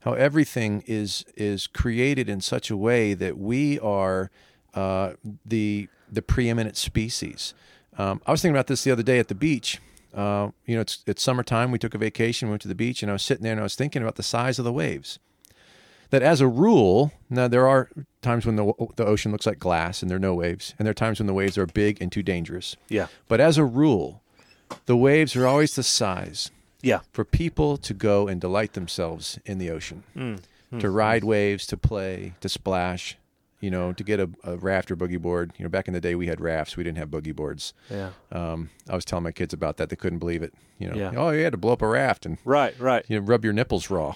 how everything is is created in such a way that we are uh, the the preeminent species. Um, I was thinking about this the other day at the beach. Uh, you know, it's it's summertime. We took a vacation, went to the beach, and I was sitting there and I was thinking about the size of the waves that as a rule, now there are times when the, the ocean looks like glass and there are no waves, and there are times when the waves are big and too dangerous.
Yeah.
But as a rule, the waves are always the size
yeah,
for people to go and delight themselves in the ocean,
Hmm.
to ride waves, to play, to splash, you know, to get a, a raft or boogie board. You know, back in the day we had rafts, we didn't have boogie boards.
yeah.
Um, I was telling my kids about that; they couldn't believe it. You know,
Yeah.
oh, you had to blow up a raft and
Right, right. Uh,
you know, rub your nipples raw.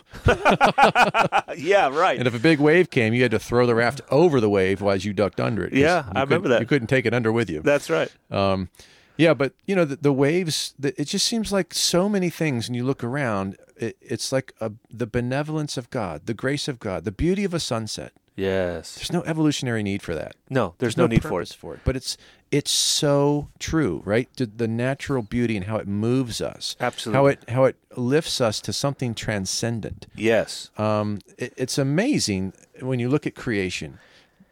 Yeah, right.
And if a big wave came, you had to throw the raft over the wave while you ducked under it. 'cause
Yeah,
you
I remember
couldn't-
that.
You couldn't take it under with you.
That's right.
Um, yeah, but you know the, the waves. The, it just seems like so many things, and you look around. It, it's like a, the benevolence of God, the grace of God, the beauty of a sunset.
Yes.
There's no evolutionary need for that.
No, there's no, need for
purpose
it.
for it. But it's it's so true, right? The, the natural beauty and how it moves us, how
Absolutely.
it how it lifts us to something transcendent.
Yes.
Um, it, it's amazing when you look at creation,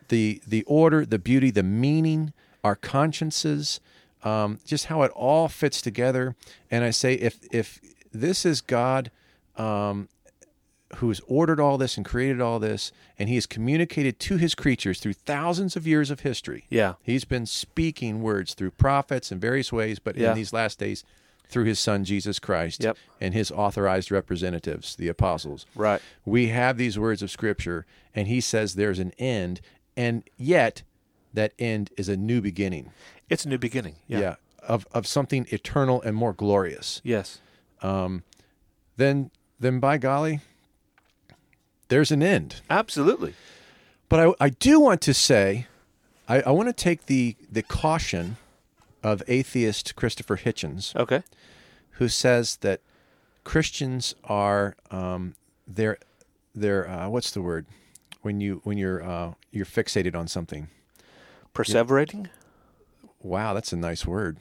the the order, the beauty, the meaning, our consciences, um, just how it all fits together. And I say, if if this is God, um, who has ordered all this and created all this, and He has communicated to His creatures through thousands of years of history.
Yeah.
He's been speaking words through prophets in various ways, but
Yeah.
in these last days, through his son Jesus Christ
Yep.
and his authorized representatives, the apostles.
Right.
We have these words of scripture, and he says there's an end, and yet that end is a new beginning.
It's a new beginning. Yeah.
of, of something eternal and more glorious.
Yes.
Then, then by golly, there's an end.
Absolutely.
But I, I do want to say, I, I want to take the, the caution of atheist Christopher Hitchens,
Okay.
who says that Christians are um, they're they're uh, what's the word when you when you're uh, you're fixated on something.
Perseverating?
Wow, that's a nice word.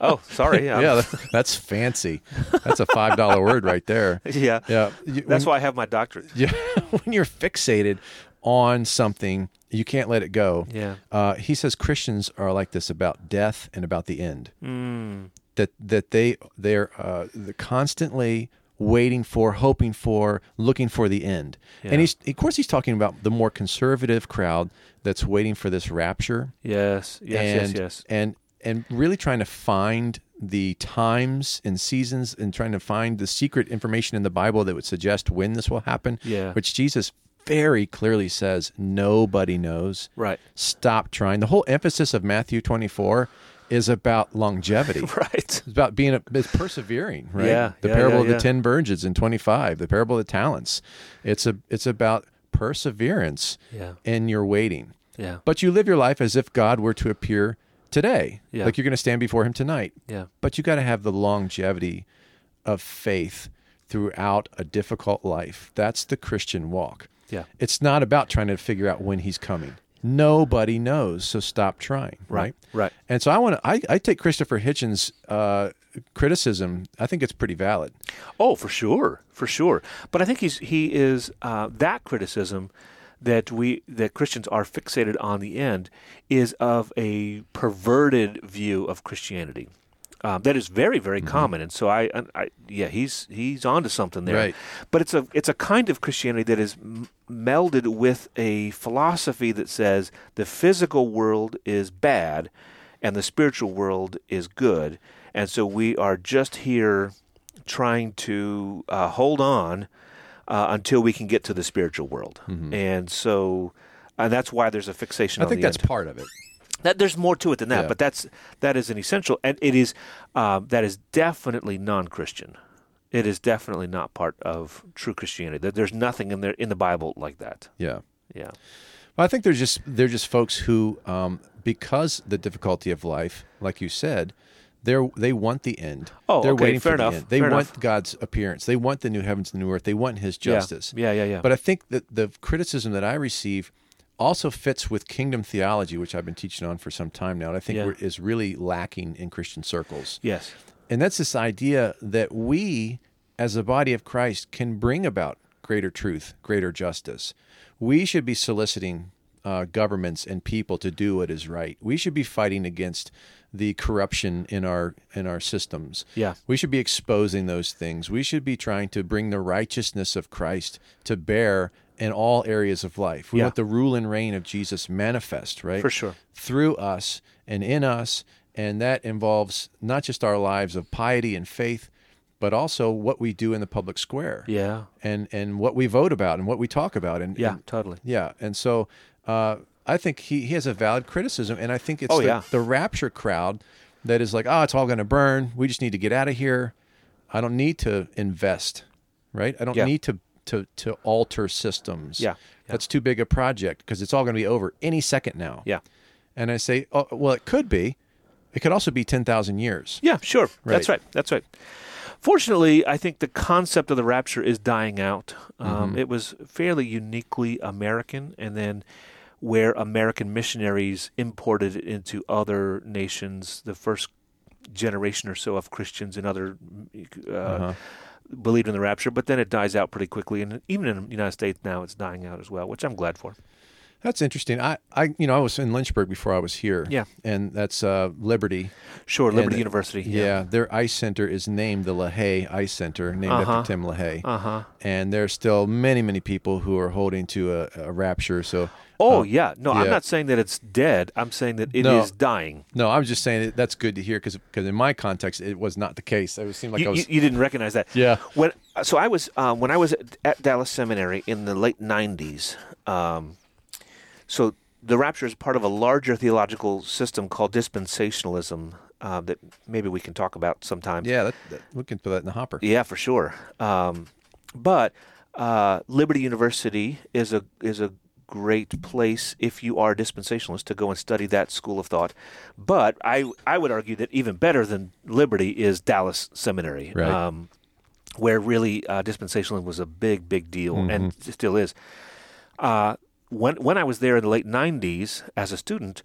Oh, sorry. I'm-
Yeah, that- that's fancy. That's a five dollar word right there.
yeah.
Yeah, you-
That's why I have my doctorate.
Yeah, when you're fixated on something, you can't let it go.
Yeah.
Uh, he says Christians are like this about death and about the end.
Mm.
That that they they're, uh, they're constantly waiting for, hoping for, looking for the end. And he's of course he's talking about the more conservative crowd that's waiting for this rapture
Yes. Yes.
and
yes. Yes.
and and really trying to find the times and seasons and trying to find the secret information in the Bible that would suggest when this will happen.
Yeah.
Which Jesus very clearly says nobody knows.
Right.
Stop trying. The whole emphasis of Matthew 24 is about longevity.
Right.
It's about being a, it's persevering, right?
Yeah,
the
yeah,
parable
yeah,
of the
yeah.
ten virgins in twenty five, the parable of the talents. It's a it's about perseverance
Yeah.
in your waiting.
Yeah.
But you live your life as if God were to appear today.
Yeah.
Like you're gonna stand before him tonight.
Yeah.
But you gotta have the longevity of faith throughout a difficult life. That's the Christian walk.
Yeah.
It's not about trying to figure out when he's coming. Nobody knows, so stop trying. Right.
Right.
And so I want to. I, I take Christopher Hitchens' uh, criticism. I think it's pretty valid.
Oh, for sure, for sure. But I think he's he is uh, that criticism that we that Christians are fixated on the end is of a perverted view of Christianity. Um, that is very, very common, and so I, and I, yeah, he's he's onto something there.
Right.
But it's a it's a kind of Christianity that is m- melded with a philosophy that says the physical world is bad, and the spiritual world is good, and so we are just here trying to uh, hold on uh, until we can get to the spiritual world. And so and that's why there's a fixation
Mm-hmm. I
on
think
the
that's
end.
part of it.
That, there's more to it than that,
Yeah.
but that's that is an essential, and it is um, that is definitely non-Christian. It is definitely not part of true Christianity. There- There's nothing in there in the Bible like that.
Yeah.
Yeah,
Well, I think they're just they're just folks who, um, because the difficulty of life, like you said, they're they want the end.
Oh,
they're
okay,
waiting
fair
for
enough,
the end. They
fair
want
enough.
God's appearance. They want the new heavens, the new earth. They want His
Yeah.
justice.
Yeah, yeah, yeah.
But I think that the criticism that I receive also fits with kingdom theology, which I've been teaching on for some time now, and I think
Yeah.
we're- is really lacking in Christian circles.
yes,
And that's this idea that we, as the body of Christ, can bring about greater truth, greater justice. We should be soliciting uh, governments and people to do what is right. We should be fighting against the corruption in our in our systems.
Yeah.
we should be exposing those things. We should be trying to bring the righteousness of Christ to bear in all areas of life. We
Yeah.
want the rule and reign of Jesus manifest, right?
For sure.
through us and in us. And that involves not just our lives of piety and faith, but also what we do in the public square.
yeah,
And and what we vote about and what we talk about. And
yeah,
and-
totally.
yeah. And so uh, I think he, he has a valid criticism. And I think it's
Oh,
the,
yeah.
the rapture crowd that is like, oh, it's all going to burn. We just need to get out of here. I don't need to invest, right? I don't
Yeah.
need to, to, to alter systems.
Yeah.
That's too big a project because it's all going to be over any second now.
Yeah,
And I say, oh, well, it could be. It could also be 10,000 years.
yeah, sure. That's
Right.
right. That's right. Fortunately, I think the concept of the rapture is dying out. Um,
Mm-hmm.
It was fairly uniquely American, and then where American missionaries imported it into other nations, the first generation or so of Christians and other uh,
Uh-huh.
believed in the rapture, but then it dies out pretty quickly. And even in the United States now, it's dying out as well, which I'm glad for.
That's interesting. I, I, you know, I was in Lynchburg before I was here.
Yeah.
And that's uh, Liberty.
Sure, Liberty
And-
University.
Yeah. Their ice center is named the LaHaye Ice Center, named after Tim LaHaye.
Uh huh.
And there's still many, many people who are holding to a, a rapture. So,
Oh, yeah. No, I'm
Uh, yeah.
not saying that it's dead. I'm saying that it is
No.
dying.
no, I was just saying that that's good to hear because in my context, it was not the case. It seemed like
you,
I was.
you- you didn't recognize that.
Yeah.
When so I was um, when I was at, at Dallas Seminary in the late '90s. Um, so the rapture is part of a larger theological system called dispensationalism uh, that maybe we can talk about sometime.
yeah, that, that, we can put that in the hopper.
Yeah, for sure. Um, but uh, Liberty University is a is a great place if you are a dispensationalist to go and study that school of thought. But I I would argue that even better than Liberty is Dallas Seminary.
Right.
Um, where really uh, dispensationalism was a big, big deal, and it still is. Uh, when when I was there in the late '90s as a student,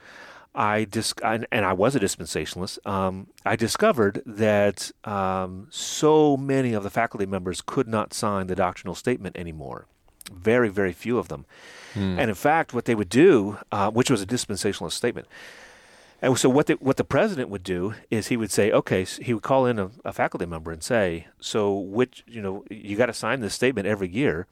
I dis- and, and I was a dispensationalist. Um, I discovered that um, so many of the faculty members could not sign the doctrinal statement anymore. Very, very few of them. And in fact, what they would do, uh, which was a dispensationalist statement, and so what the, what the president would do is he would say, okay, s he would call in a, a faculty member and say, so which you know you got to sign this statement every year,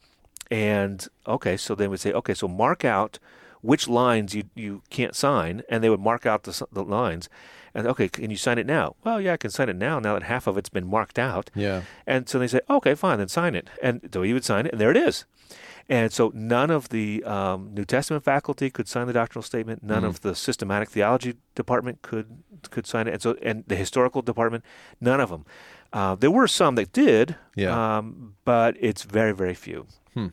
and okay, so they would say, okay, so mark out which lines you you can't sign, and they would mark out the, s- the lines, and okay, can you sign it now? Well, yeah, I can sign it now. Now that half of it's been marked out,
Yeah.
and so they say, okay, fine, then sign it. And so he would sign it, and there it is. And so none of the um, New Testament faculty could sign the doctrinal statement.
Mm.
None of the systematic theology department could could sign it. And so and the historical department, none of them. Uh, there were some that did,
Yeah.
um, but it's very very few.
Hmm.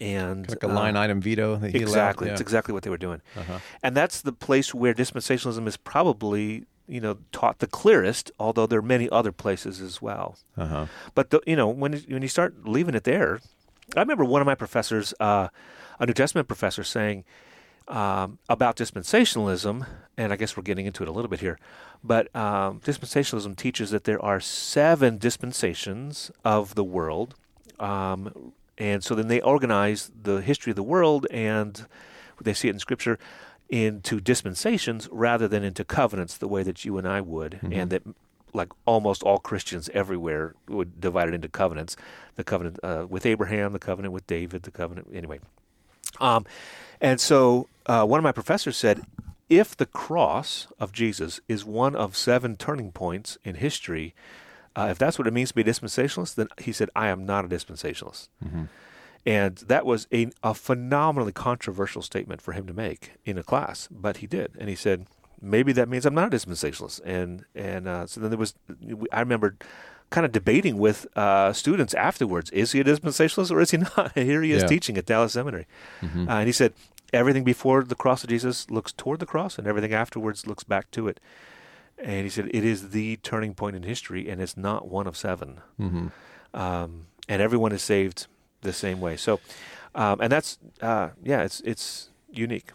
And
Like a
uh,
line item veto that he
Exactly.
allowed.
It's exactly what they were doing.
Yeah. Uh-huh.
And that's the place where dispensationalism is probably, you know, taught the clearest, although there are many other places as well.
Uh-huh.
But, the, you know, when, when you start leaving it there, I remember one of my professors, uh, a New Testament professor, saying um, about dispensationalism, and I guess we're getting into it a little bit here, but um, dispensationalism teaches that there are seven dispensations of the world. Um, and so then they organize the history of the world, and they see it in Scripture, into dispensations rather than into covenants the way that you and I would, and that like almost all Christians everywhere would divide it into covenants the covenant uh, with Abraham, the covenant with David, the covenant, anyway. Um, and so uh, one of my professors said, if the cross of Jesus is one of seven turning points in history, uh, if that's what it means to be a dispensationalist, then he said, I am not a dispensationalist. And that was a, a phenomenally controversial statement for him to make in a class, but he did. And he said, maybe that means I'm not a dispensationalist. And, and uh, so then there was, I remember kind of debating with uh, students afterwards is he a dispensationalist or is he not? And Here he is
Yeah.
teaching at Dallas Seminary. Uh, and he said, everything before the cross of Jesus looks toward the cross, and everything afterwards looks back to it. And he said, it is the turning point in history, and it's not one of 7 Um, and everyone is saved the same way. So, um, and that's, uh, yeah, it's, it's unique.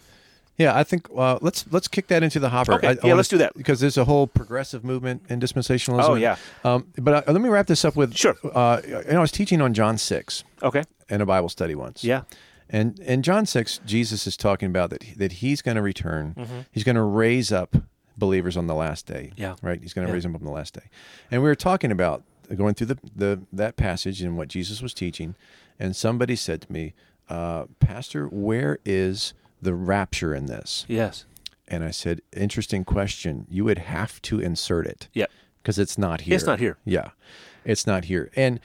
Yeah, I think uh, let's let's kick that into the hopper.
Okay.
I- I
Yeah,
wanna-
let's do that.
because there's a whole progressive movement in dispensationalism.
Oh, yeah.
Um, but uh, let me wrap this up with
Sure.
Uh, you know, I was teaching on John six
Okay.
in a Bible study once.
Yeah.
And in John 6, Jesus is talking about that that he's going to return. He's going to raise up believers on the last day.
Mm-hmm. Yeah.
Right? He's going to
Yeah.
raise them up on the last day. And we were talking about going through the, the that passage and what Jesus was teaching, and somebody said to me, uh, "Pastor, where is the rapture in this?"
Yes.
And I said, "Interesting question. You would have to insert it."
Yeah.
because it's not here.
It's not here.
Yeah, it's not here. And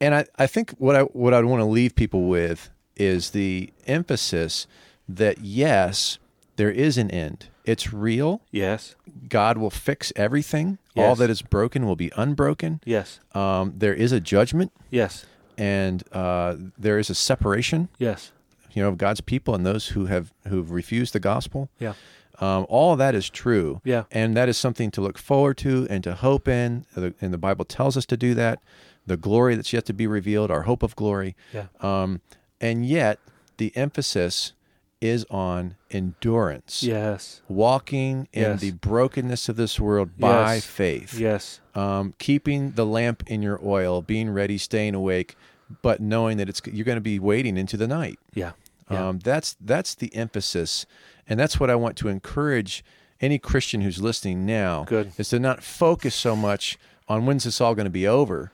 and I, I think what I what I'd want to leave people with is the emphasis that yes, there is an end. It's real.
Yes.
God will fix everything. All
Yes.
that is broken will be unbroken.
Yes.
Um, there is a judgment,
Yes.
and uh, there is a separation,
Yes.
you know, of God's people and those who have who've refused the gospel.
Yeah.
Um, all of that is true.
Yeah.
And that is something to look forward to and to hope in. The- And the Bible tells us to do that. The glory that's yet to be revealed, our hope of glory.
Yeah.
Um, and yet, the emphasis is on endurance,
Yes.
walking in
Yes.
the brokenness of this world by
Yes.
faith,
Yes.
um, keeping the lamp in your oil, being ready, staying awake, but knowing that it's you're going to be waiting into the night.
Yeah. Yeah.
Um, that's that's the emphasis, and that's what I want to encourage any Christian who's listening now.
Good.
is to not focus so much on when's this all going to be over,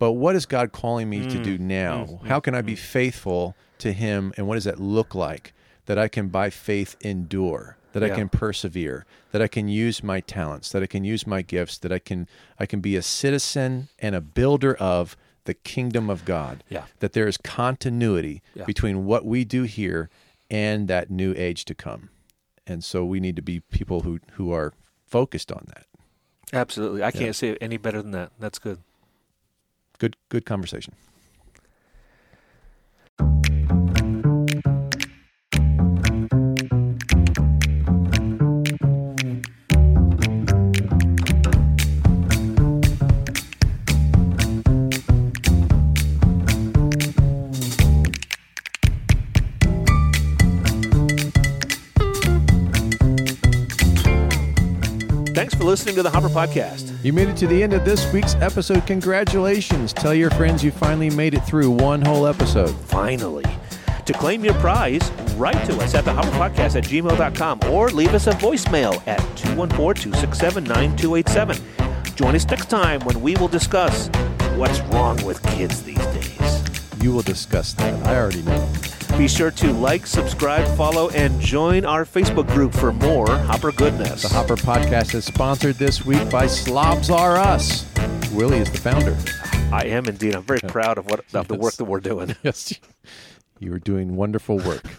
but what is God calling me to do
Mm,
now? How can I be faithful to Him, and what does that look like? That I can by faith endure, that I
Yeah.
can persevere, that I can use my talents, that I can use my gifts, that I can I can be a citizen and a builder of the kingdom of God
Yeah.
that there is continuity
Yeah.
between what we do here and that new age to come. And so we need to be people who, who are focused on that.
Absolutely. I can't say it any better than that. That's good.
Good good conversation.
Thanks for listening to the Hopper Podcast.
You made it to the end of this week's episode. Congratulations. Tell your friends you finally made it through one whole episode.
finally. To claim your prize, write to us at thehopperpodcast at gmail.com or leave us a voicemail at 214 267 9287. Join us next time when we will discuss what's wrong with kids these days.
You will discuss that. I already know.
Be sure to like, subscribe, follow, and join our Facebook group for more Hopper goodness.
The Hopper Podcast is sponsored this week by Slobs R Us. Willie is the founder.
I am indeed. I'm very proud of what of the work that we're doing.
Yes. You are doing wonderful work.